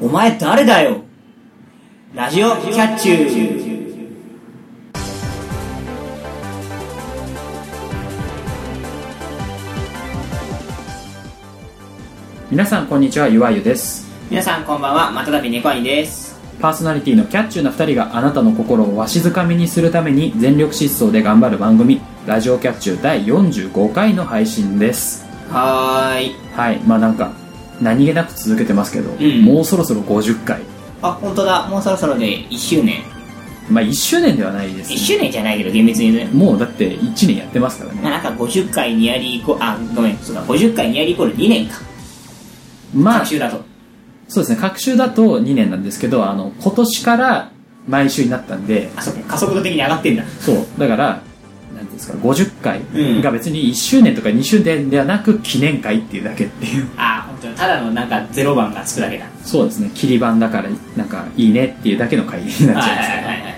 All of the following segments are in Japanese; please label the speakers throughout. Speaker 1: お前誰だよラジオキャッチュー
Speaker 2: 皆さんこんにちはゆわゆです
Speaker 1: 皆さんこんばんはまたたび猫兄です
Speaker 2: パーソナリティのキャッチューな2人があなたの心をわしづかみにするために全力疾走で頑張る番組「ラジオキャッチュー」第45回の配信です
Speaker 1: はーい
Speaker 2: はいまあなんか何気なく続けてますけど、
Speaker 1: ん
Speaker 2: もうそろそろ50回
Speaker 1: あ本当だもうそろそろで1周年
Speaker 2: まあ1周年ではないで
Speaker 1: 1
Speaker 2: す、
Speaker 1: 周年じゃないけど厳密に言うとね
Speaker 2: もうだって1年やってますからね
Speaker 1: なんか50回ニアリーイコあごめんそうだ50回ニアリーイコール2年か
Speaker 2: ま
Speaker 1: 各
Speaker 2: あ
Speaker 1: 週だと
Speaker 2: そうですね各週だと2年なんですけどあの今年から毎週になったんで
Speaker 1: あそっか加速度的に上がってんだ
Speaker 2: そうだからなんていうんですか50回
Speaker 1: うん
Speaker 2: が別に1周年とか2周年ではなく記念会っていうだけっていう
Speaker 1: あ本当だただのなんかゼロ番がつくだけだ
Speaker 2: そうですね切り板だからなんかいいねっていうだけの回になっちゃいます
Speaker 1: はいはいはいはい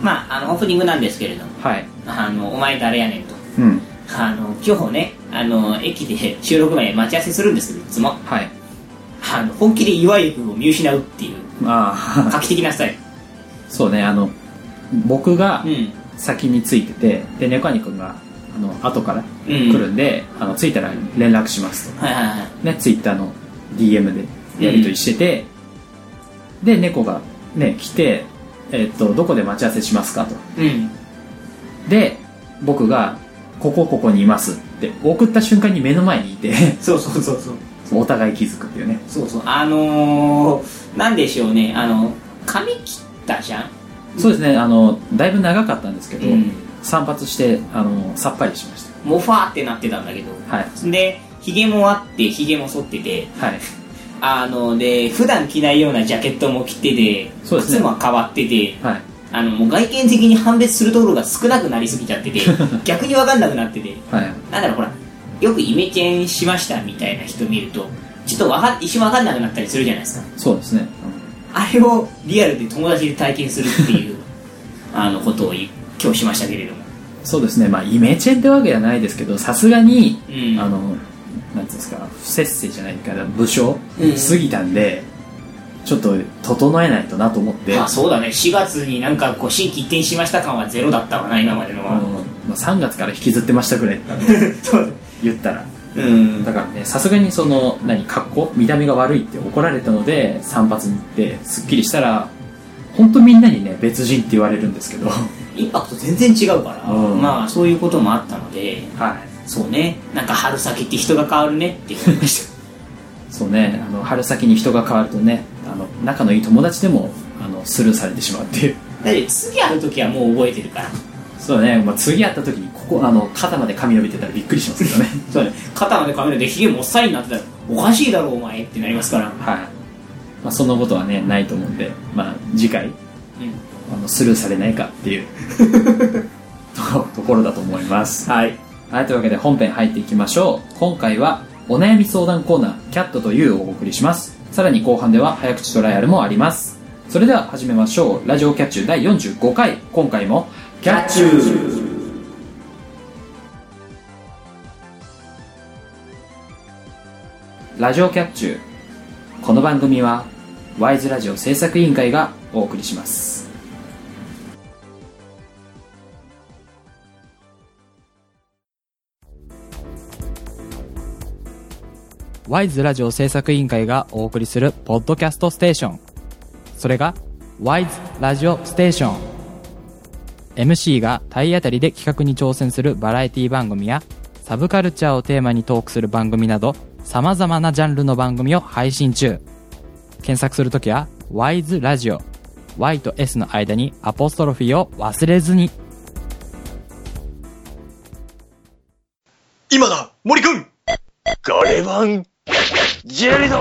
Speaker 1: まああのオープニングなんですけれども
Speaker 2: はい
Speaker 1: あのお前誰やねんと
Speaker 2: うん
Speaker 1: あの今日ねあの駅で収録前に待ち合わせするんですけどいつも
Speaker 2: はい
Speaker 1: あの本気で岩井君を見失うっていう
Speaker 2: ああ
Speaker 1: 画期的なスタイル
Speaker 2: そうねあの僕が
Speaker 1: うん
Speaker 2: 先についててで猫兄君があの後から
Speaker 1: うん
Speaker 2: 来るんで、あの着いたら連絡します
Speaker 1: はいはいはい
Speaker 2: とねツイッターの DM でやり取りしてて、で猫がね来て、えっとどこで待ち合わせしますかと
Speaker 1: うん
Speaker 2: で僕が「ここここにいます」って送った瞬間に目の前にいて
Speaker 1: そうそうそうそう
Speaker 2: お互い気づくっていうね
Speaker 1: そうそうあのー、なんでしょうねあの髪切ったじゃん
Speaker 2: そうですねあのだいぶ長かったんですけど、
Speaker 1: うん
Speaker 2: 散髪してあのさっぱりしまし
Speaker 1: モファーってなってたんだけど
Speaker 2: たはい
Speaker 1: でヒゲもあってヒゲも剃ってて
Speaker 2: はい
Speaker 1: あので普段着ないようなジャケットも着てて
Speaker 2: そうですね
Speaker 1: 靴も変わってて
Speaker 2: はい
Speaker 1: あのもう外見的に判別するところが少なくなりすぎちゃ ってて逆に分かんなくなってて
Speaker 2: はい
Speaker 1: なんだろうほらよくイメチェンしましたみたいな人見るとちょっとわか一瞬分かんなくなったりするじゃないですか
Speaker 2: そうですね、
Speaker 1: あれをリアルで友達で体験するって いうあのことをい今日しましたけれども
Speaker 2: うんそうですねまあイメチェンってわけじゃないですけどさすがに、
Speaker 1: うん
Speaker 2: あのなんていうんですか不節制じゃないから武将、
Speaker 1: うん
Speaker 2: 過ぎたんでちょっと整えないとなと思って、
Speaker 1: まあそうだね4月になんかこう新規一転しました感はゼロだったわな今までの
Speaker 2: あの
Speaker 1: は、
Speaker 2: まあ、3月から引きずってましたぐらい
Speaker 1: そう
Speaker 2: 言ったら
Speaker 1: うん
Speaker 2: だからねさすがにその何格好見た目が悪いって怒られたので散髪に行ってすっきりしたら本当みんなにね別人って言われるんで すけどは
Speaker 1: インパクト全然違うから、
Speaker 2: うん
Speaker 1: まあそういうこともあったので
Speaker 2: い
Speaker 1: そうねなんか春先って人が変わるねって思いまし
Speaker 2: そうねあの春先に人が変わるとねあの仲のいい友達でもあのスルーされてしまうっていう
Speaker 1: ただって次会う時はもう覚えてるから
Speaker 2: そうね、まあ、次会った時にここあの肩まで髪伸びてたらびっくりしますけどね
Speaker 1: そうね肩まで髪の毛ひげもっさりになってたらおかしいだろお前ってなりますから
Speaker 2: はい、まあ、そんなことはねないと思うんで、まあ、次回
Speaker 1: うん
Speaker 2: あのスルーされないかっていう とところだと思います
Speaker 1: はい
Speaker 2: はい、というわけで本編入っていきましょう。今回はお悩み相談コーナー、キャットと U をお送りします。さらに後半では早口トライアルもあります。それでは始めましょう。ラジオキャッチュ第45回。今回も、キャッチュ
Speaker 1: ュー
Speaker 2: ラジオキャッチュこの番組は、ワイズラジオ制作委員会がお送りします。ワイズラジオ制作委員会がお送りするポッドキャストステーション。それが、ワイズラジオステーション。MC が体当たりで企画に挑戦するバラエティ番組や、サブカルチャーをテーマにトークする番組など、様々なジャンルの番組を配信中。検索するときは、ワイズラジオ。Y と S の間にアポストロフィーを忘れずに。
Speaker 3: 今だ森くんガレバンジェリド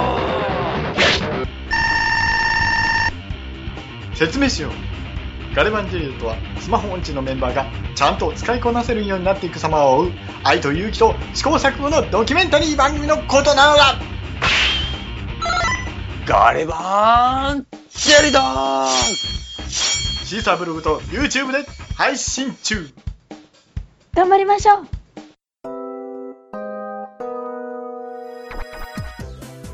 Speaker 3: 説明しようガレバンジェリドとはスマホ音痴のメンバーがちゃんと使いこなせるようになっていく様を追う愛と勇気と試行錯誤のドキュメンタリー番組のことなのだガレバンジェリドシーサーブログと YouTube で配信中
Speaker 4: 頑張りましょう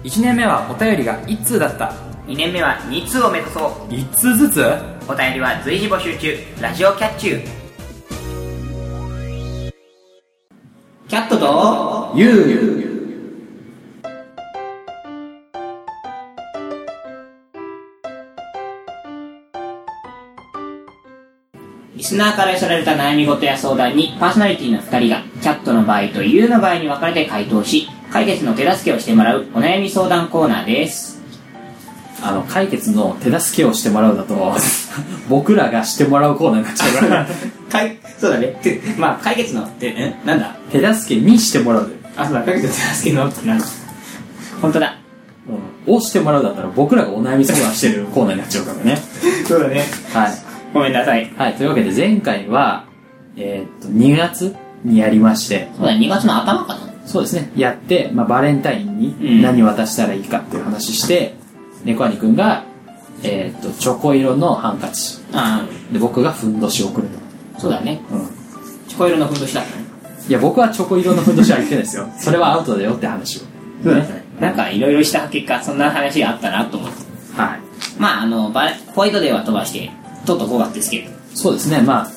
Speaker 2: い
Speaker 5: 1年目はお便りが1通だった
Speaker 1: 2年目は2通を目指そう
Speaker 5: 1通ずつ
Speaker 1: お便りは随時募集中ラジオキャッチューキャットと
Speaker 5: YOU
Speaker 1: リスナーから寄せられた悩み事や相談にパーソナリティの2人がキャットの場合と YOU の場合に分かれて回答し解決の手助けをしてもらうお悩み相談コーナー です
Speaker 2: あの解決の手助けをしてもらうだと 僕らがしてもらうコーナーになっちゃうから
Speaker 1: かいそうだねてまあ解決のってんなんだ
Speaker 2: 手助けにしてもらうだよ
Speaker 1: あそうだ解決の手助けのってなんだ本当だ
Speaker 2: うんをしてもらうだったら僕らがお悩み相談してるコーナーになっちゃうからね
Speaker 1: そうだね
Speaker 2: はい、
Speaker 1: ごめんなさい
Speaker 2: はい、というわけで前回はえーっと2月にやりまして
Speaker 1: そうだ2月の頭かな
Speaker 2: そうですねやって、まあ、バレンタイン
Speaker 1: うん
Speaker 2: に何渡したらいいかっていう話して、猫兄くんがえーっとチョコ色のハンカチ
Speaker 1: あ
Speaker 2: で僕がふんどしを送ると、
Speaker 1: あそうだね
Speaker 2: うん、
Speaker 1: チョコ色のふんどしだったね
Speaker 2: いや僕はチョコ色のふんどしは言ってないですよそれはアウトだよって話を
Speaker 1: そうですね。なんかいろいろした結果、そんな話があったなと思って。
Speaker 2: はい
Speaker 1: まあ、あの、バレホワイトデーは飛ばして、とうとう5月ですけど。
Speaker 2: そうですねまあ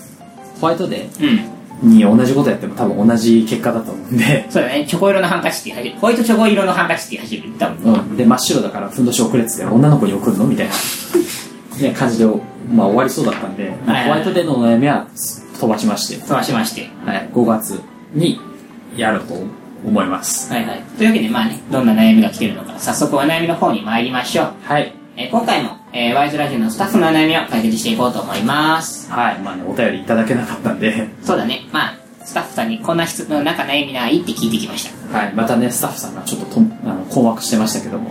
Speaker 2: ホワイトデ
Speaker 1: うん。
Speaker 2: ーに同じことやっても多分同じ結果だと思うんで、
Speaker 1: そうだね、チョコ色のハンカチって走る。ホワイトチョコ色のハンカチって走る。多分。
Speaker 2: うん、で真っ白だからふんどし遅れてて女の子に送るのみたいな、ね、感じで、まあ、終わりそうだったんで、まあ
Speaker 1: はい
Speaker 2: ホワイトデーのお悩みは飛ばしまして、
Speaker 1: 飛ばしまして。
Speaker 2: はい、5月にやろうと思います
Speaker 1: はいはい。というわけで、まあね、どんな悩みが来てるのか、早速お悩みの方に参りましょう。
Speaker 2: はい
Speaker 1: えー今回も、えー、ワイズラジオのスタッフのお悩みを解決していこうと思います。
Speaker 2: はいまあねお便りいただけなかったんで、
Speaker 1: そうだね、まあ、スタッフさんにこんな質問、なんか悩みないって聞いてきました。
Speaker 2: はい、またねスタッフさんがちょっととあの困惑してましたけ ども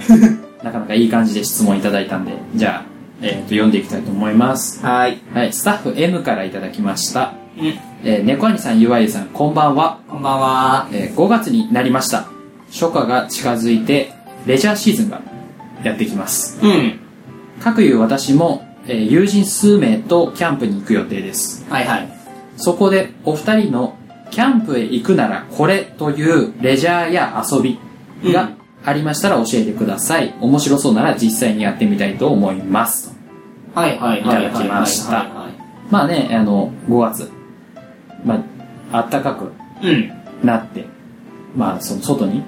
Speaker 2: なかなかいい感じで質問いただいたんでじゃあ、えーと読んでいきたいと思います
Speaker 1: はい。
Speaker 2: はいスタッフ M からいただきました
Speaker 1: うん。
Speaker 2: えー猫兄さんゆわゆさんこんばんは
Speaker 1: こんばんは。
Speaker 2: えー5月になりました初夏が近づいてレジャーシーズンがやってきます
Speaker 1: うん。
Speaker 2: かくいう私も、えー友人数名とキャンプに行く予定です
Speaker 1: はいはい。
Speaker 2: そこでお二人のキャンプへ行くならこれというレジャーや遊び
Speaker 1: う
Speaker 2: が
Speaker 1: ん
Speaker 2: ありましたら教えてください面白そうなら実際にやってみたいと思います
Speaker 1: はいはいはいはいはい
Speaker 2: いただきました
Speaker 1: は
Speaker 2: まあねあの5月まあ暖かく
Speaker 1: いはい。うん。
Speaker 2: なってまあその外に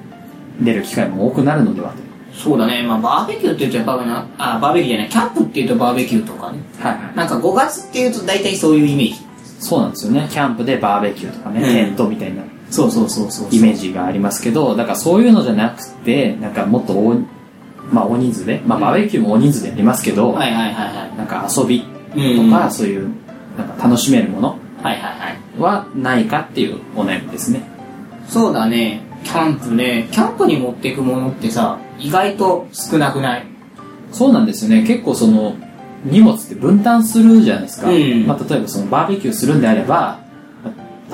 Speaker 2: 出る機会も多くなるのではと
Speaker 1: そうだね。まあ、バーベキューって言うとやっぱな、あ、バーベキューじゃない、キャンプって言うとバーベキューとかね。
Speaker 2: はいはい
Speaker 1: なんか5月って言うと大体そういうイメージ。
Speaker 2: そうなんですよねキャンプでバーベキューとかね、
Speaker 1: うん
Speaker 2: テントみたいな
Speaker 1: そうそうそうそう
Speaker 2: イメージがありますけどだからそういうのじゃなくてなんかもっと大,、まあ、大人数で、まあ、
Speaker 1: うん
Speaker 2: バーベキューも大人数でやりますけど、
Speaker 1: はいはいはいはい。
Speaker 2: なんか遊び
Speaker 1: う
Speaker 2: と
Speaker 1: ん。
Speaker 2: か、
Speaker 1: はい
Speaker 2: そういうなんか楽しめるもの
Speaker 1: はいはい。
Speaker 2: はないかっていうお悩みですね
Speaker 1: そうだね。キャンプね。キャンプに持っていくものってさ、意外と少なくない
Speaker 2: そうなんですよね結構その荷物って分担するじゃないですか、
Speaker 1: うん
Speaker 2: まあ、例えばそのバーベキューするんであれば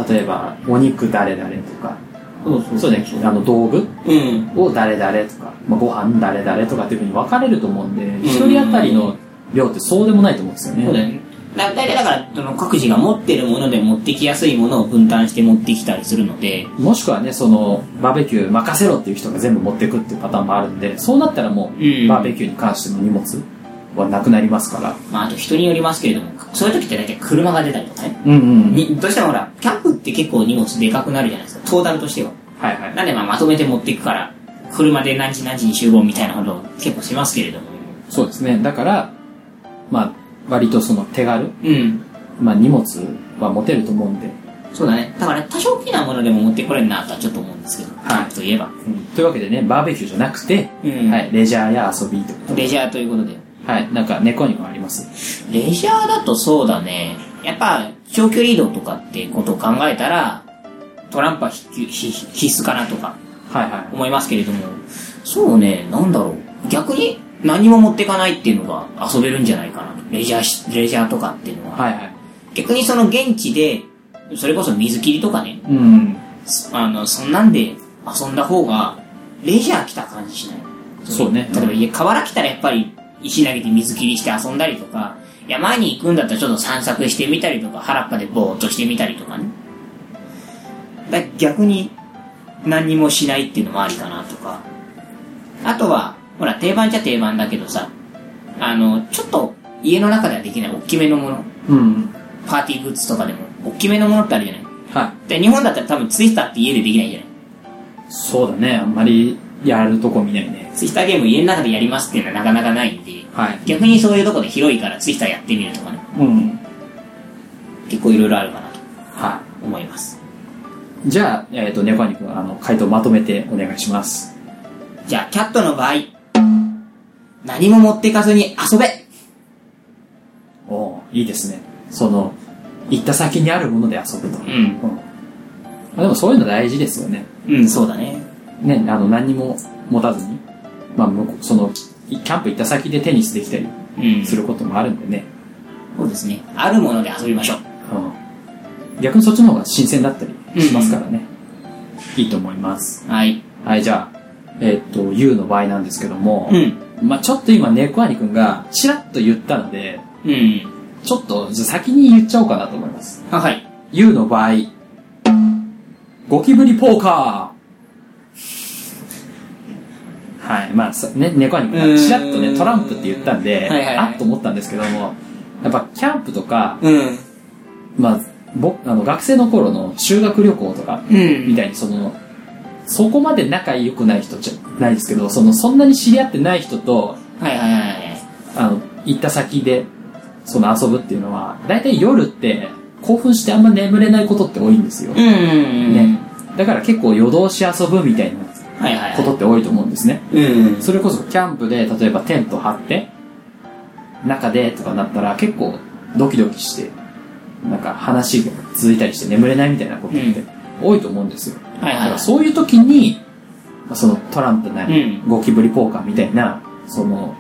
Speaker 2: 例えばお肉誰々とか
Speaker 1: そうそ
Speaker 2: そうねあの道具
Speaker 1: うん。
Speaker 2: を誰々とか、まあ、ご飯誰々とかっていうふうに分かれると思うんで一、人当たりの量ってそうでもないと思うんですよね
Speaker 1: そうだよね。だ大体だから、その各自が持ってるもので持ってきやすいものを分担して持ってきたりするので、
Speaker 2: もしくはねそのバーベキュー任せろっていう人が全部持ってくっていうパターンもあるんでそうなったらもう、
Speaker 1: うん
Speaker 2: バーベキューに関しての荷物はなくなりますから
Speaker 1: まあ、あと人によりますけれども、そういう時って大体車が出たりとかね。
Speaker 2: うんうん
Speaker 1: にどうしてもほら、キャンプって結構荷物でかくなるじゃないですか、トータルとしては。
Speaker 2: はいはい
Speaker 1: なんでまあまとめて持っていくから、車で何時何時に集合みたいなことを結構しますけれども。
Speaker 2: そうですねだからまあ割とその手軽、
Speaker 1: うん。
Speaker 2: まあ、荷物は持てると思うんで、
Speaker 1: そうだね。だから多少大きなものでも持ってこれるなとはちょっと思うんですけど、キャンプといえば。
Speaker 2: うんというわけでねバーベキューじゃなくて、
Speaker 1: うん
Speaker 2: はい、レジャーや遊びとか
Speaker 1: レジャーということで。
Speaker 2: はいなんか猫にもあります
Speaker 1: レジャーだとそうだね。やっぱ、長距離移動とかってことを考えたら、トランプは必須必必須かなとか
Speaker 2: はいはい
Speaker 1: 思いますけれども、そうね、なんだろう。逆に何も持ってかないっていうのが遊べるんじゃないかなと。レジャーし、レジャーとかっていうのは。
Speaker 2: はいはい。
Speaker 1: 逆にその現地で、それこそ水切りとかね、
Speaker 2: うん。
Speaker 1: すあの、そんなんで遊んだ方が、レジャー来た感じしない。
Speaker 2: そうね
Speaker 1: 例えば家、河原来たらやっぱり石投げて水切りして遊んだりとか、山に行くんだったらちょっと散策してみたりとか、原っぱでぼーっとしてみたりとかね。だ逆に、何にもしないっていうのもありかなとか。あとは、ほら、定番じゃ定番だけどさ、あの、ちょっと家の中ではできない大きめのもの、
Speaker 2: うん。
Speaker 1: パーティーグッズとかでも、大きめのものってあるじゃない。
Speaker 2: は
Speaker 1: で、日本だったら多分ツイスターって家でできないじゃない。
Speaker 2: い。そうだね。あんまりやるとこ見ないね。
Speaker 1: ツイスターゲーム家の中でやりますっていうのはなかなかないんで、
Speaker 2: はい。
Speaker 1: 逆にそういうとこで広いからツイスターやってみるとかね、
Speaker 2: うん。
Speaker 1: 結構いろいろあるかなと
Speaker 2: は
Speaker 1: 思います。
Speaker 2: い。じゃあ、えっ、と、ネコアニ君、あの、回答まとめてお願いします。
Speaker 1: じゃあ、キャットの場合、何も持っていかずに遊べ
Speaker 2: おおいいですね。その、行った先にあるもので遊ぶと。
Speaker 1: うん。
Speaker 2: うん。あでもそういうの大事ですよね。
Speaker 1: うん、そうだね。
Speaker 2: ね、あの、何にも持たずに、まあ、向こうその、キャンプ行った先でテニスできたり
Speaker 1: うん。
Speaker 2: することもあるんでね。
Speaker 1: そうですね。あるもので遊びましょう。
Speaker 2: うん。逆にそっちの方が新鮮だったりしますからね。いいと思います。
Speaker 1: はい。
Speaker 2: はい、じゃあ、えっと、ユウの場合なんですけども、
Speaker 1: うん。
Speaker 2: まあちょっと今、ネコアニくんがちらっと言ったので、
Speaker 1: うん。
Speaker 2: ちょっと、じゃあ先に言っちゃおうかなと思います。
Speaker 1: あ、はい。
Speaker 2: ユウの場合、ゴキブリポーカーはい、まあさね、ネコアニくんがちらっと
Speaker 1: うー
Speaker 2: ね、
Speaker 1: ん
Speaker 2: トランプって言ったんで、
Speaker 1: はいはいはい
Speaker 2: あっと思ったんですけども、やっぱキャンプとか、
Speaker 1: うん。
Speaker 2: まあ、僕あの学生の頃の修学旅行とか
Speaker 1: うん。
Speaker 2: みたいにそのそこまで仲良くない人じゃないですけどそのそんなに知り合ってない人と
Speaker 1: はいはいはいはい。
Speaker 2: あの行った先でその遊ぶっていうのは大体夜って興奮してあんま眠れないことって多いんですよ、
Speaker 1: うん。
Speaker 2: ね。、だから結構夜通し遊ぶみたいな
Speaker 1: はいはいはい。
Speaker 2: ことって多いと思うんですね
Speaker 1: うん。
Speaker 2: それこそキャンプで例えばテント張って中でとかなったら結構ドキドキしてなんか話が続いたりして眠れないみたいなことって多いと思うんですよ、
Speaker 1: はい
Speaker 2: だか
Speaker 1: は
Speaker 2: らそういう時にまあそのトランプなり、
Speaker 1: い。うん。
Speaker 2: ゴキブリポーカーみたいなその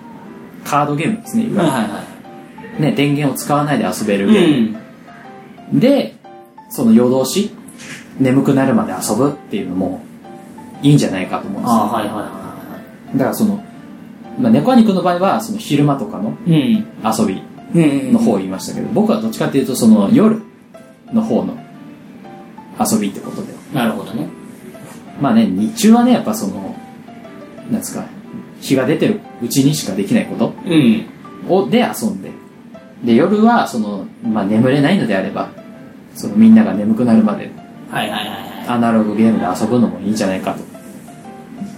Speaker 2: カードゲームですねいわ
Speaker 1: はい
Speaker 2: ゆる
Speaker 1: はいは
Speaker 2: ね電源を使わないで遊べる
Speaker 1: い。
Speaker 2: ゲーム、でその夜通し眠くなるまで遊ぶっていうのもいいんじゃないかと思うんですよ
Speaker 1: あ、はいはいは
Speaker 2: だからその、まあ、猫アニくんの場合はその昼間とかの
Speaker 1: いはい。
Speaker 2: 遊び
Speaker 1: うん。うん。
Speaker 2: の方を言いましたけど、僕はどっちかっていうとその夜の方の遊びってことで
Speaker 1: なるほどね。
Speaker 2: まあね日中はねやっぱそのなんですか日が出てるうちにしかできないこと
Speaker 1: うん。
Speaker 2: をで遊んでで夜はその、まあ、眠れないのであればそのみんなが眠くなるまで
Speaker 1: はいはいはいは
Speaker 2: アナログゲームで遊ぶのもいいんじゃないか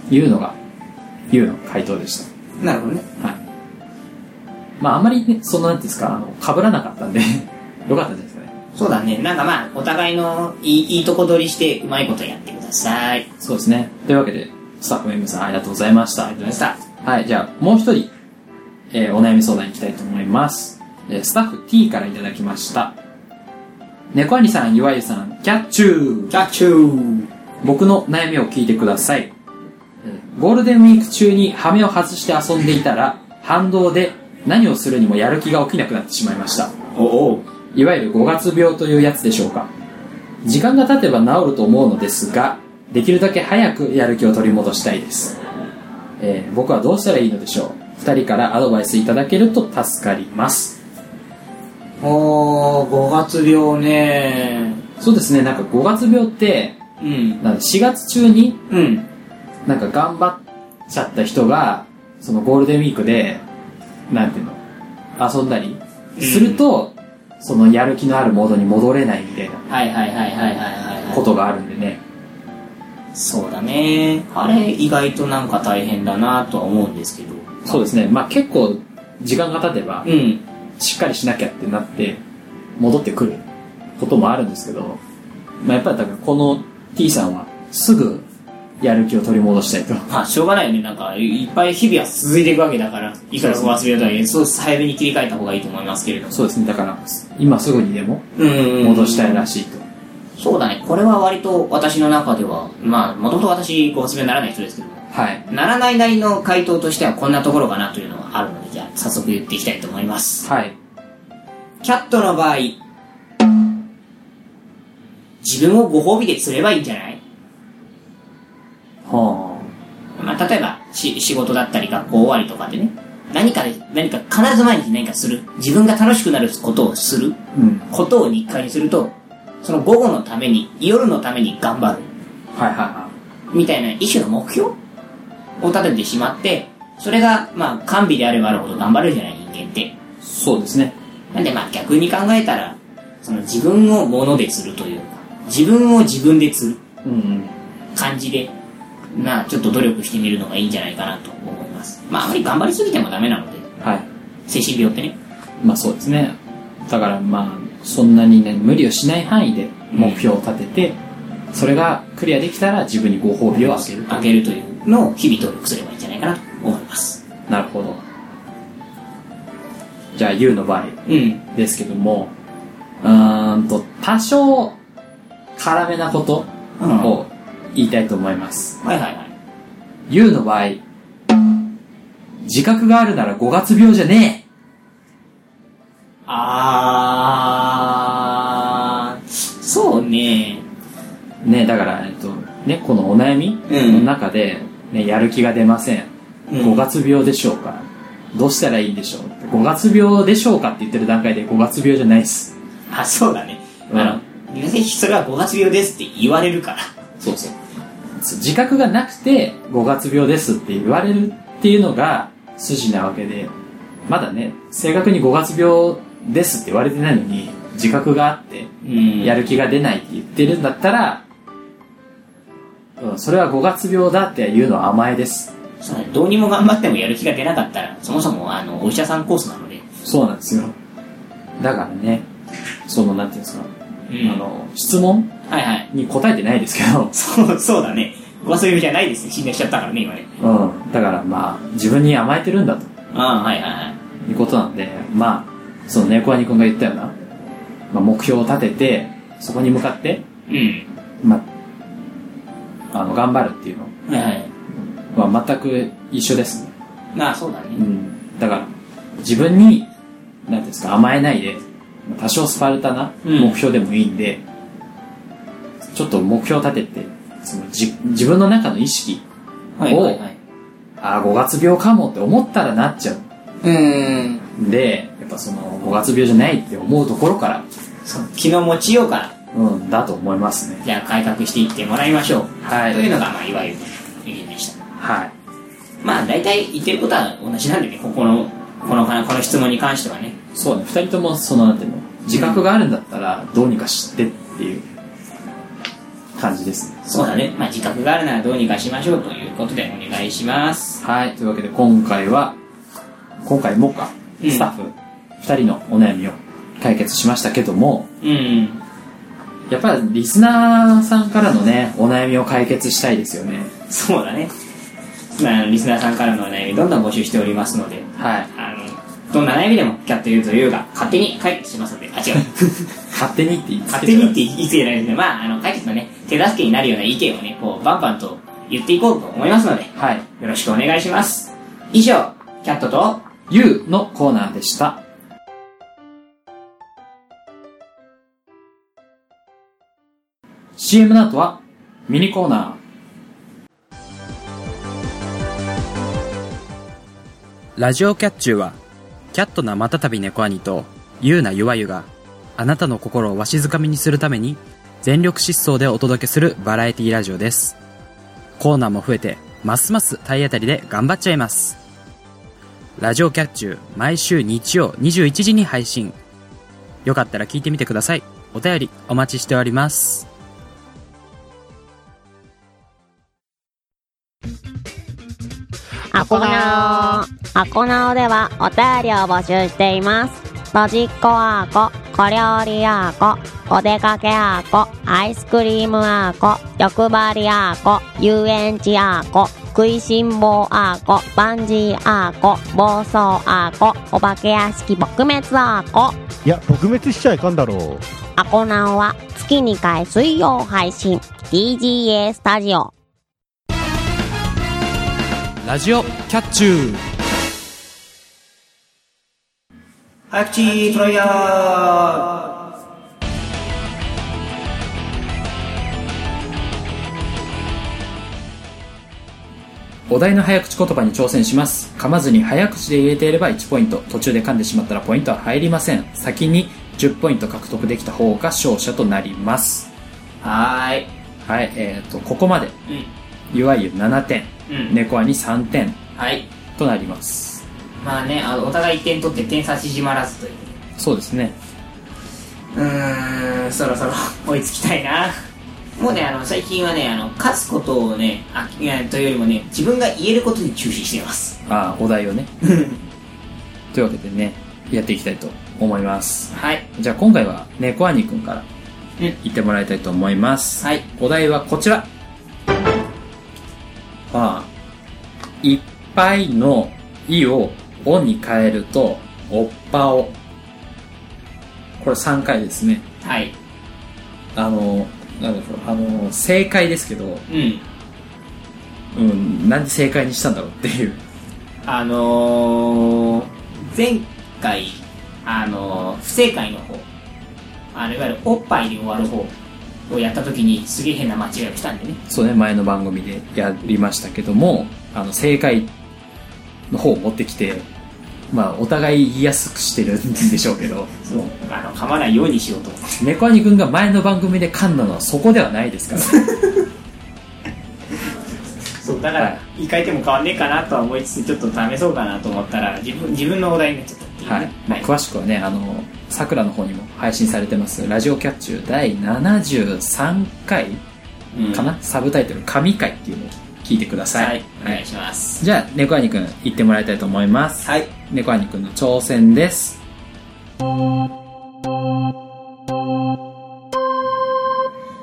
Speaker 2: というのがゆうの回答でした
Speaker 1: い。なるほどね。
Speaker 2: はい。まあ、あんまりね、その、なんていうんですか、あの、被らなかったんで、 よかったんじゃないですかね。
Speaker 1: そうだね。なんかまあ、お互いのいいいいとこ取りして、うまいことやってください。
Speaker 2: そうですね。というわけで、スタッフの皆さん、ありがとうございました。
Speaker 1: ありがとうございま
Speaker 2: はい、じゃあ、もう一人、えーお悩み相談いきたいと思います。えースタッフ T からいただきました。猫兄さん、ゆわゆさん、キャッチュー
Speaker 1: した。キャッチュー。
Speaker 2: 僕の悩みを聞いてください。えーゴールデンウィーク中にハメを外して遊んでいたら、反動で何をするにもやる気が起きなくなってしまいました。
Speaker 1: おお。
Speaker 2: いわゆる5月病というやつでしょうか時間が経てば治ると思うのですができるだけ早くやる気を取り戻したいです、えー僕はどうしたらいいのでしょう2人からアドバイスいただけると助かります
Speaker 1: おー、五月病ね
Speaker 2: そうですねなんか5月病って
Speaker 1: うん。
Speaker 2: なんか4月中に
Speaker 1: うん。
Speaker 2: なんか頑張っちゃった人がそのゴールデンウィークでなんていうの遊んだりすると、そのやる気のあるモードに戻れないみたいな
Speaker 1: はいはいはいはいはいはい、はい。
Speaker 2: ことがあるんでね
Speaker 1: そうだね。あれ、意外となんか大変だなとは思うんですけど。
Speaker 2: そうですね、まあ、結構時間が経てば
Speaker 1: うん。
Speaker 2: しっかりしなきゃってなって戻ってくることもあるんですけど、まあ、やっぱりだからこの T さんはすぐやる気を取り戻したいと
Speaker 1: まあ、しょうがないよね。なんか、いいっぱい日々は続いていくわけだから、いくらそう忘れたら、そう、早めに切り替えた方がいいと思いますけれども。
Speaker 2: そうですねだから今すぐにでも
Speaker 1: うん
Speaker 2: 戻したい
Speaker 1: な。
Speaker 2: らしいと
Speaker 1: そうだね。これは割と私の中では、まあ、もともと私、ご発明ならない人ですけども、
Speaker 2: はい
Speaker 1: ならないなりの回答としてはこんなところかなというのがあるので、じゃあ、早速言っていきたいと思います。
Speaker 2: はい
Speaker 1: キャットの場合、自分をご褒美で釣ればいいんじゃない
Speaker 2: は
Speaker 1: まあ、例えば、し、仕事だったり学校終わりとかでね、何かで、何か必ず毎日何かする。自分が楽しくなることをする。
Speaker 2: あうん
Speaker 1: ことを日課にすると、その午後のために、夜のために頑張る。
Speaker 2: はいはいは
Speaker 1: みたいな一種の目標を立ててしまって、それが、まあ、完備であればあるほど頑張れるじゃない、人間って。
Speaker 2: そうですね。
Speaker 1: なんでまあ逆に考えたら、その自分を物で釣るというか、自分を自分で釣る
Speaker 2: うんうん。
Speaker 1: 感じで、まあちょっと努力してみるのがいいんじゃないかなと思います。まああまり頑張りすぎてもダメなので、
Speaker 2: はい。
Speaker 1: 精神病ってね。
Speaker 2: まあそうですね。だからまあ、そんなにね、無理をしない範囲で目標を立てて、それがクリアできたら自分にご褒美をあげる。
Speaker 1: 上げるというのを日々努力すればいいんじゃないかなと思います。
Speaker 2: なるほど。じゃあ、U の場合
Speaker 1: うん。
Speaker 2: ですけども、うーんと、多少、辛めなこと
Speaker 1: うん
Speaker 2: を言いたいと思います。
Speaker 1: はいはいはい。
Speaker 2: U の場合、自覚があるなら5月病じゃね
Speaker 1: あー、そうね。
Speaker 2: えねだから、えっと、ね、このお悩み
Speaker 1: うん
Speaker 2: の中で、ね、やる気が出ません。
Speaker 1: うん
Speaker 2: 5月病でしょうかどうしたらいいんでしょう ?5 月病でしょうかって言ってる段階で5月病じゃないっす。
Speaker 1: あ、そうだね。
Speaker 2: うん
Speaker 1: あの、皆さんそれは5月病ですって言われるから。
Speaker 2: そうそう。自覚がなくて5月病ですって言われるっていうのが筋なわけで、まだね、正確に5月病ですって言われてないのに、自覚があって、
Speaker 1: うん
Speaker 2: やる気が出ないって言ってるんだったら、うん、それは5月病だって言うのは甘えです。
Speaker 1: そうねどうにも頑張ってもやる気が出なかったら、そもそもあのお医者さんコースなので、
Speaker 2: そうなんですよ。だからね、その、なんていうんですか、
Speaker 1: うん
Speaker 2: あの、質問
Speaker 1: はいはい。
Speaker 2: に答えてないですけど、
Speaker 1: そう、そうだね。ご遊びじゃないですね。侵略しちゃったからね、今ね。
Speaker 2: うん、だからまあ、自分に甘えてるんだと
Speaker 1: ああ、はいはいはい。
Speaker 2: いうことなんで、まあ、その猫アニ君が言ったような、まあ、目標を立てて、そこに向かって、
Speaker 1: うん。
Speaker 2: まあ、あの、頑張るっていう
Speaker 1: はいはい。
Speaker 2: のは全く一緒ですね。
Speaker 1: まあそうだ
Speaker 2: う
Speaker 1: ね。
Speaker 2: ん、だから自分に何んですか甘えないで多少スパルタな
Speaker 1: うん
Speaker 2: 目標でもいいんで、ちょっと目標を立ててそのじ自分の中の意識
Speaker 1: はいはいはい。
Speaker 2: ああ5月病かもって思ったらなっちゃ
Speaker 1: うーん。
Speaker 2: うんでやっぱその5月病じゃないって思うところから、
Speaker 1: そう、気の持ちようから、
Speaker 2: うん、だと思いますね
Speaker 1: じゃあ改革していってもらいましょう。
Speaker 2: はい
Speaker 1: というのが、まあ、いわゆる意見でした。
Speaker 2: はい
Speaker 1: まあ大体言ってることは同じなんでね、ここの、この、この質問に関してはね。
Speaker 2: そうね2人ともそのなんていうの自覚があるんだったらどうにかしてっていう感じですね
Speaker 1: そうだね。まあ自覚があるならどうにかしましょうということでお願いします。
Speaker 2: はい、というわけで今回は、今回もか、
Speaker 1: うん
Speaker 2: スタッフ2人のお悩みを解決しましたけども、
Speaker 1: うん。
Speaker 2: やっぱりリスナーさんからのね、お悩みを解決したいですよね。
Speaker 1: そうだね。まあ、リスナーさんからのお悩み、どんどん募集しておりますので、
Speaker 2: はい。
Speaker 1: あの、どんな悩みでも、キャットユーとユーが勝手に解決しますので、あ、違う。
Speaker 2: 勝手にって言って
Speaker 1: 勝手にって言ってないので、まあ、あの、解決のね、手助けになるような意見をね、こう、バンバンと言っていこうと思いますので、
Speaker 2: はい。
Speaker 1: よろしくお願いします。以上、キャットと、
Speaker 2: You のコーナーでした。CM の後はミニコーナ
Speaker 5: ラジオキャッチューは、キャットなまたたび猫兄と、ゆうなゆわゆが、あなたの心をわしづかみにするために、全力疾走でお届けするバラエティラジオです。コーナーも増えて、ますます体当たりで頑張っちゃいます。ラジオキャッチュー、毎週日曜21時に配信。よかったら聞いてみてください。お便りお待ちしております。
Speaker 6: アコナオアコナオではお便りを募集していますロジッコアーコ小料理アーコお出かけアーコアイスクリームアーコ欲張りアーコ遊園地アーコ食いしん坊アーコバンジーアーコ暴走アーコお化け屋敷撲滅アーコ
Speaker 7: いや、撲滅しちゃいかんだろう。
Speaker 6: アコナオは月2回水曜配信 DGA スタジオ
Speaker 5: ラジオキャッチュー。
Speaker 1: 早口トライア
Speaker 2: ー。お題の早口言葉に挑戦します。噛まずに早口で言えていれば1ポイント。途中で噛んでしまったらポイントは入りません。先に10ポイント獲得できた方が勝者となります。
Speaker 1: はーい。
Speaker 2: はい、えっ、と、ここまで、
Speaker 1: うん。
Speaker 2: いわゆる7点、
Speaker 1: うん
Speaker 2: 猫アニ3点、
Speaker 1: はい。
Speaker 2: となります
Speaker 1: まあねあのお互い点取って点差縮まらずという
Speaker 2: そうですね
Speaker 1: うーんそろそろ追いつきたいなもうねあの最近はねあの勝つことをねあいやというよりもね自分が言えることに注視しています
Speaker 2: ああお題をねというわけでねやっていきたいと思います
Speaker 1: はい
Speaker 2: じゃあ今回は猫兄くんから
Speaker 1: うん
Speaker 2: 言ってもらいたいと思います、
Speaker 1: はい
Speaker 2: お題はこちらああいっぱいの「い」を「お」に変えると「おっぱお」これ3回ですね
Speaker 1: はい
Speaker 2: あのなんでしょうあの正解ですけど
Speaker 1: うん
Speaker 2: うんなんで正解にしたんだろうっていう
Speaker 1: あのー、前回あのー、不正解の方あのいわゆるおっぱいに終わる方をやった時にすげえ変な間違いをしたんでね
Speaker 2: そうね前の番組でやりましたけどもあの正解の方を持ってきてまあお互い言いやすくしてるんでしょう けど
Speaker 1: そうあの噛まないようにしようと思って
Speaker 2: 猫兄君が前の番組で噛んだのはそこではないですから ね
Speaker 1: そうだから、
Speaker 2: はい
Speaker 1: 言い換えても変わんねえかなとは思いつつちょっと試そうかなと思ったら自分自分のお題になっちゃったっていうね
Speaker 2: はい、まあ、詳しくはねあのさくらの方にも配信されてます「ラジオキャッチュー第73回」
Speaker 1: うん
Speaker 2: かな、サブタイトル「神回」っていうのを聞いてください、
Speaker 1: はいお願いします
Speaker 2: じゃあ猫兄君行ってもらいたいと思います
Speaker 1: はい
Speaker 2: 猫兄くんの挑戦です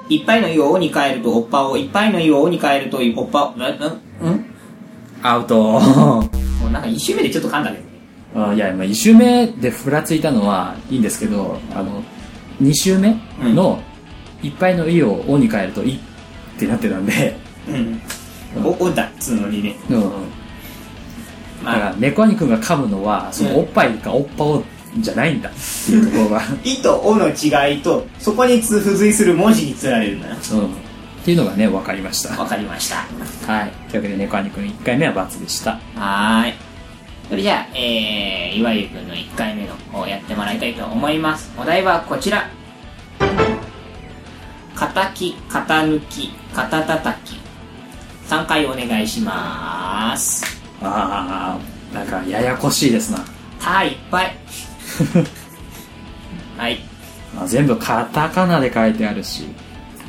Speaker 1: いっぱいの「い」を「お」に変えると「おっぱ」をいっぱいの「い」を「お」に変えると「おっぱ」をななんうん
Speaker 2: アウト
Speaker 1: もうなんか一周目でちょっと噛んだけどね
Speaker 2: あいや、まあ、1周目でふらついたのはいいんですけど、あの、2周目の、いっぱいの「い」を「お」に変えると「い」ってなってたんで、
Speaker 1: うんお「お」だっつうのにね
Speaker 2: うん。だか
Speaker 1: まあ
Speaker 2: ら、猫兄くんが噛むのは、その、おっぱいかおっぱをじゃないんだっていうところが、
Speaker 1: 「い」と「お」の違いとそこに付随する文字につられるんだな
Speaker 2: うん。っていうのがね、分かりました。
Speaker 1: わかりました
Speaker 2: はい。というわけで、猫兄くん1回目は×でした。
Speaker 1: はーい。それじゃあ、えー、岩井くんの1回目の方をやってもらいたいと思います。お題はこちら。叩き、肩抜き、肩叩き。3回お願いします。
Speaker 2: ああ、なんか、ややこしいですな。
Speaker 1: たーいっぱい。はい。
Speaker 2: あ全部カタカナで書いてあるし、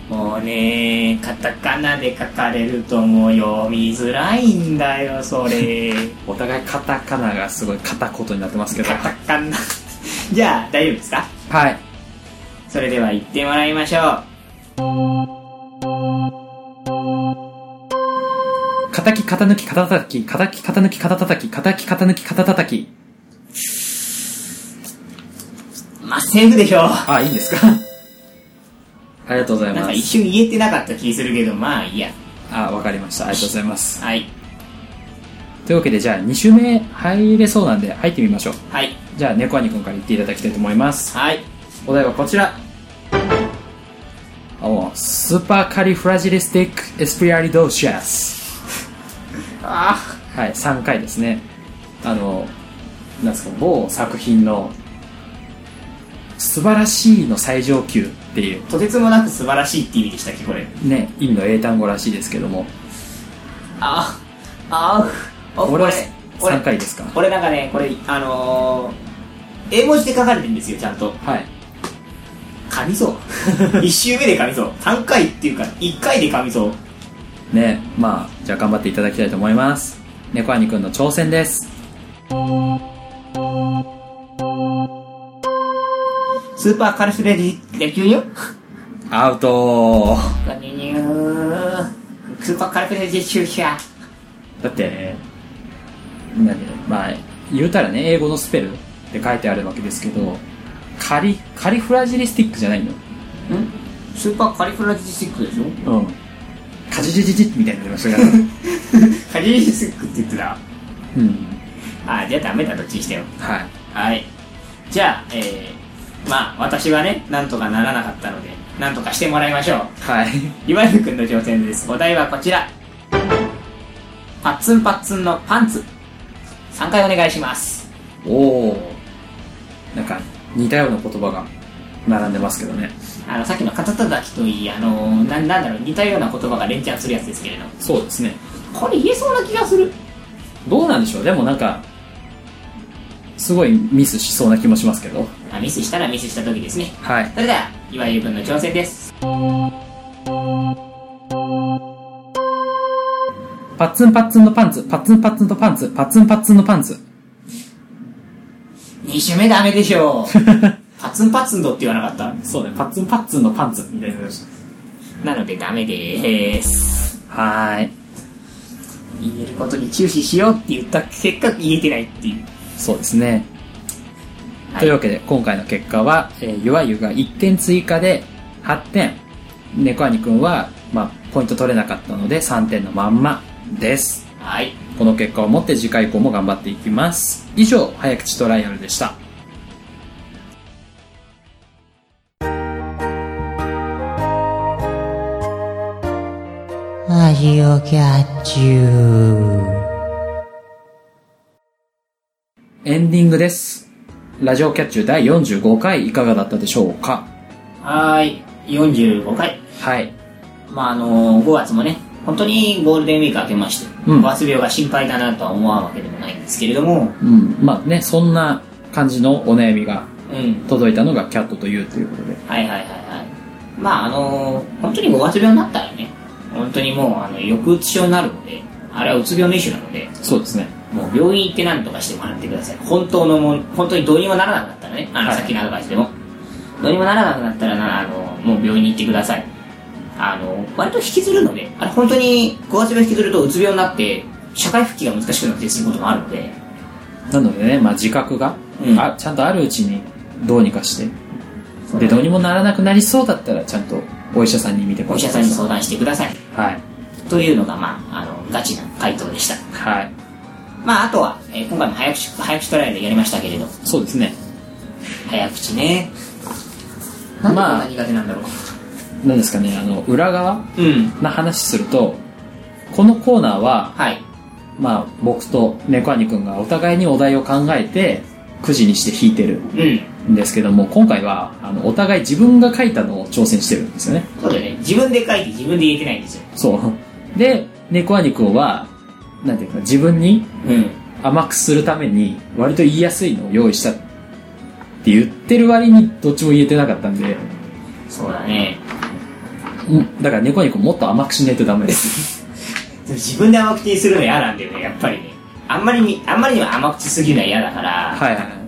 Speaker 1: もうねカタカナで書かれるともう読みづらいんだよ、それ。
Speaker 2: お互いカタカナがすごい片言になってますけど、
Speaker 1: カタカナ。じゃあ、大丈夫ですか
Speaker 2: はい。
Speaker 1: それでは行ってもらいましょう。
Speaker 2: 叩き、肩抜き、肩叩き、肩き、肩抜き、肩叩き、肩き、肩抜き、肩叩き。
Speaker 1: まあ、セーフでしょう。
Speaker 2: あ、いいんですかありがとうござい
Speaker 1: なん
Speaker 2: ま
Speaker 1: か一
Speaker 2: す。
Speaker 1: 瞬言えてなかった気するけど、まあいいや。
Speaker 2: あ、わかりました。ありがとうございます。
Speaker 1: はい。
Speaker 2: というわけで、じゃあ2周目入れそうなんで入ってみましょう。
Speaker 1: はい。
Speaker 2: じゃあ、猫兄くんから言っていただきたいと思います。
Speaker 1: はい。
Speaker 2: お題はこちら。おスーパーカリフラジリスティックエスピアリドーシアス。
Speaker 1: あ
Speaker 2: はい、3回ですね。あの、なんですか、某作品の素晴らしいの最上級っていう
Speaker 1: とてつもなく素晴らしいって意味でしたっけ、これ。
Speaker 2: ね、意味の英単語らしいですけども、
Speaker 1: あああ
Speaker 2: これは
Speaker 1: 俺
Speaker 2: 3回ですか
Speaker 1: 俺なんかね、これ、あのー、英文字で書かれてるんですよ、ちゃんと。
Speaker 2: はい。
Speaker 1: 噛み そう。一周目で噛みそう。3回っていうか、1回で噛みそう。
Speaker 2: ね、まあ、じゃあ頑張っていただきたいと思います。猫兄くんの挑戦です。
Speaker 1: スーパーカルスレディ、野球よ
Speaker 2: アウト
Speaker 1: ニュニュースーパーカルスレディシューシャー。
Speaker 2: だって、なんで、まあ、言うたらね、英語のスペルって書いてあるわけですけど、カリ、カリフラジリスティックじゃないの
Speaker 1: んスーパーカリフラジシックでしょ
Speaker 2: うん。カジジジジッみたいになりましたから。
Speaker 1: カリジシックって言ってた。
Speaker 2: うん。
Speaker 1: あじゃあダメだどっちにしてよ
Speaker 2: はい。
Speaker 1: はいじゃあえー、まあ私はねなんとかならなかったのでなんとかしてもらいましょう
Speaker 2: はい。
Speaker 1: 岩井君の挑戦ですお題はこちらパッツンパッツンのパンツ3回お願いします
Speaker 2: おー。なんか、似たような言葉が並んでますけどね。
Speaker 1: あのさっきの肩たたきといいあのー、ななんだろう似たような言葉が連チャンするやつですけれど
Speaker 2: そうですね。
Speaker 1: これ言えそうな気がする
Speaker 2: どうなんでしょうでもなんかすごいミスしそうな気もしますけど
Speaker 1: まあミスしたらミスした時ですね
Speaker 2: はい
Speaker 1: それでは岩井君の挑戦です
Speaker 2: パッツンパッツンのパンツパッツンパッツンとパンツパッツンパッツンのパンツ
Speaker 1: 2周目ダメでしょ パツンパツンドって言わなかった
Speaker 2: そうねパッツンパッツンのパンツみたいな
Speaker 1: なのでダメでーす
Speaker 2: はーい
Speaker 1: 言えることに注視しようって言った結果言えてないっていう
Speaker 2: そうですね、
Speaker 1: はい
Speaker 2: というわけで今回の結果は、えー、ゆわゆが1点追加で8点猫兄くんは、まあ、ポイント取れなかったので3点のまんまです
Speaker 1: はい
Speaker 2: この結果をもって次回以降も頑張っていきます以上早口トライアルでした
Speaker 8: ラジオキャッチュー。
Speaker 2: エンディングですラジオキャッチュ第45回いかがだったでしょうか
Speaker 1: はーい45回
Speaker 2: はい
Speaker 1: まああのー、5月もね本当にゴールデンウィーク明けまして、
Speaker 2: うん
Speaker 1: 5月病が心配だなとは思わんわけでもないんですけれども
Speaker 2: うんまあねそんな感じのお悩みが
Speaker 1: うん
Speaker 2: 届いたのがキャットとユウということで
Speaker 1: はいはいはいはいまああのー、本当に5月病になったらね本当にもうあの抑うつ症になるのであれはうつ病の一種なので
Speaker 2: そうですね
Speaker 1: もう病院行って何とかしてもらってください本当のもん本当にどうにもならなかったらねあの、
Speaker 2: はい
Speaker 1: さっきのアドバイスでもどうにもならなくなったらなあのもう病院に行ってくださいあの割と引きずるのであれ本当に5月病引きずるとうつ病になって社会復帰が難しくなってすることもあるので
Speaker 2: なのでね、まあ、自覚が、
Speaker 1: うん
Speaker 2: あちゃんとあるうちにどうにかしてでどうにもならなくなりそうだったらちゃんとお医者さんに見て
Speaker 1: お
Speaker 2: もら
Speaker 1: 医
Speaker 2: って
Speaker 1: 者さん
Speaker 2: くだ
Speaker 1: に
Speaker 2: さ
Speaker 1: 相談してください
Speaker 2: いはい
Speaker 1: というのがまああのガチな回答でした
Speaker 2: はい
Speaker 1: まああとは、えー今回も早口早口トライアルでやりましたけれど
Speaker 2: そうですね
Speaker 1: 早口ねなんでこん
Speaker 2: ま
Speaker 1: な
Speaker 2: あ
Speaker 1: 苦手なんだろう、
Speaker 2: 何ですかねあの裏側
Speaker 1: うん
Speaker 2: な話するとこのコーナーは、
Speaker 1: はい
Speaker 2: まあ、僕と猫兄くんがお互いにお題を考えてくじにして引いてる
Speaker 1: うん
Speaker 2: んですけども今回はあのお互い自分が書いたのを挑戦してるんですよね
Speaker 1: そうだよね自分で書いて自分で言えてないんですよ
Speaker 2: そうで猫兄くんはなんていうか自分に
Speaker 1: うん
Speaker 2: 甘くするために割と言いやすいのを用意したって言ってる割にどっちも言えてなかったんで、
Speaker 1: そうだね
Speaker 2: うん、だから猫にこうもっと甘くしないとダメです
Speaker 1: でも自分で甘口にするの嫌なんだよねやっぱりねあんまりにあんまりにも甘口すぎるのは嫌だから、
Speaker 2: はいはい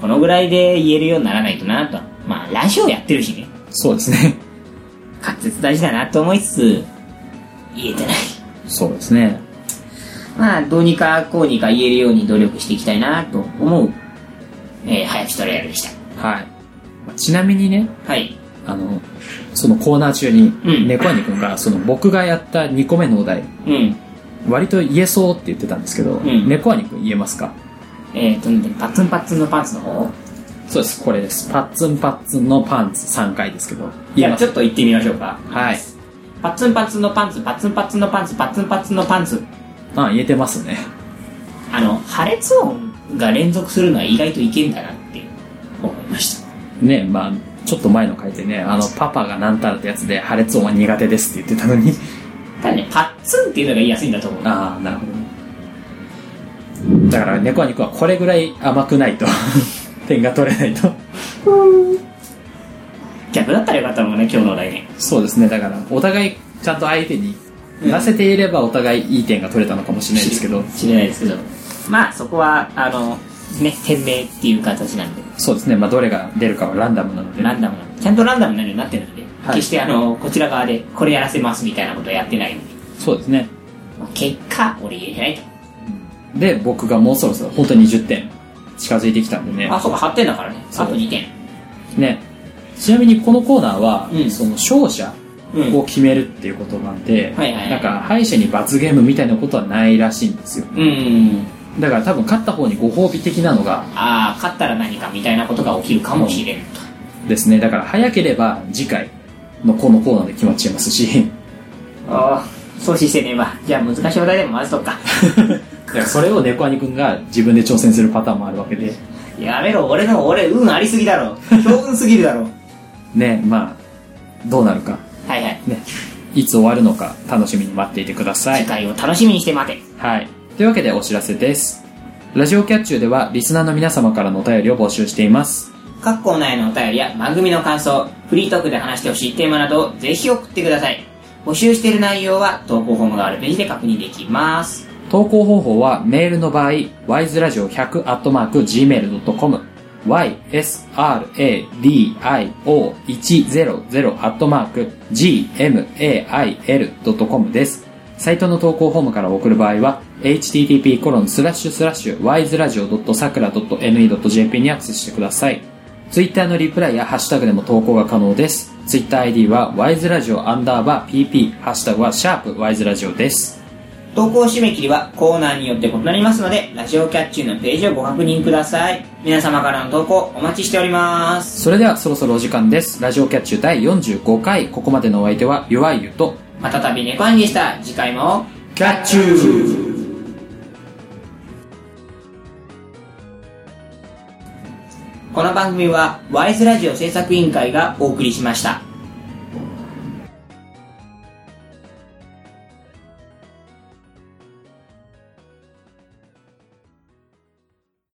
Speaker 1: このぐらいで言えるようにならないとなとまあラジオやってるしね
Speaker 2: そうですね
Speaker 1: 滑舌大事だなと思いつつ言えてない
Speaker 2: そうですね
Speaker 1: まあどうにかこうにか言えるように努力していきたいなと思う、えー、早口トライアルでし
Speaker 2: はいまあちなみにね
Speaker 1: たはい
Speaker 2: あのそのコーナー中に
Speaker 1: うん
Speaker 2: 猫兄くんがその僕がやった2個目のお題
Speaker 1: うん
Speaker 2: 割と言えそうって言ってたんですけど、
Speaker 1: ん
Speaker 2: 猫兄くん言えますか
Speaker 1: えっ、ー、となんだパッツンパッツンのパンツの方
Speaker 2: そうですこれですパッツンパッツンのパンツ3回ですけど
Speaker 1: い
Speaker 2: 言え
Speaker 1: や
Speaker 2: ま
Speaker 1: ち
Speaker 2: す
Speaker 1: ょっと言ってみましょうか
Speaker 2: はい
Speaker 1: パッツンパッツンのパンツパッツンパッツンのパンツパッツンパッツンのパンツ
Speaker 2: あ言えてますね
Speaker 1: あの破裂音が連続するのは意外といけんだなって思いました
Speaker 2: ねまあちょっと前の回でねあのパパがなんたらってやつで破裂音は苦手ですって言ってたのに
Speaker 1: ただねパッツンっていうのが言いやすいんだと思う
Speaker 2: ああなるほどねだから猫は肉はこれぐらい甘くないと 点が取れないと
Speaker 1: 逆だったらよかったもんね今日のお題ね
Speaker 2: そうですねだからお互いちゃんと相手に出せていればお互いいい点が取れたのかもしれないですけど
Speaker 1: 知れないですけどまあそこはあのね店名っていう形なんで
Speaker 2: そうですねまあどれが出るかはランダムなので
Speaker 1: ランダムなちゃんとランダムなようになってるので、
Speaker 2: はい
Speaker 1: 決してあのこちら側でこれやらせますみたいなことはやってないので、
Speaker 2: そうですね
Speaker 1: まあ結果俺言えてないと
Speaker 2: で僕がもうそろそろ本当に20点近づいてきたんでね
Speaker 1: あそうか8点だからね
Speaker 2: そ
Speaker 1: あ
Speaker 2: う
Speaker 1: と2点
Speaker 2: ねちなみにこのコーナーは、
Speaker 1: うん
Speaker 2: その勝者
Speaker 1: うん
Speaker 2: を決めるっていうことなんで、
Speaker 1: はいはいはい
Speaker 2: なんか敗者に罰ゲームみたいなことはないらしいんですよ
Speaker 1: うん
Speaker 2: だから多分勝った方にご褒美的なのが
Speaker 1: ああ勝ったら何かみたいなことが起きるかもしれんと
Speaker 2: ですねだから早ければ次回のこのコーナーで決まっちゃいますし
Speaker 1: ああ、そうししてねえば。じゃあ難しいお題でもまずとっ か。
Speaker 2: だからそれを猫兄くんが自分で挑戦するパターンもあるわけで
Speaker 1: やめろ、俺の俺、運ありすぎだろ。強運すぎるだろ。
Speaker 2: ねまあどうなるか
Speaker 1: はいはい。
Speaker 2: ねいつ終わるのか楽しみに待っていてください
Speaker 1: 次回を楽しみにして待て。
Speaker 2: はいというわけでお知らせですラジオキャッチューではリスナーの皆様からのお便りを募集しています
Speaker 1: 各コーナーへのお便りや番組の感想、フリートークで話してほしいテーマなどをぜひ送ってください。募集している内容は投稿フォームがあるページで確認できます。
Speaker 2: 投稿方法はメールの場合 wiseradio100-gmail.com ysradio100-gmail.com ですサイトの投稿フォームから送る場合は http://wiseradio.sakura.ne.jp にアクセスしてくださいツイッターのリプライやハッシュタグでも投稿が可能ですツイッター ID は wiseradio アンダーバー pp ハッシュタグはシャープ wiseradio です
Speaker 1: 投稿締め切りはコーナーによって異なりますので、ラジオキャッチューのページをご確認ください。皆様からの投稿お待ちしております。
Speaker 2: それではそろそろお時間です。ラジオキャッチュ第45回、ここまでのお相手は、弱いゆと、
Speaker 1: またたび猫アニでした。次回も、
Speaker 2: キャッチュー
Speaker 1: この番組はワイズラジオ制作委員会がお送りしました。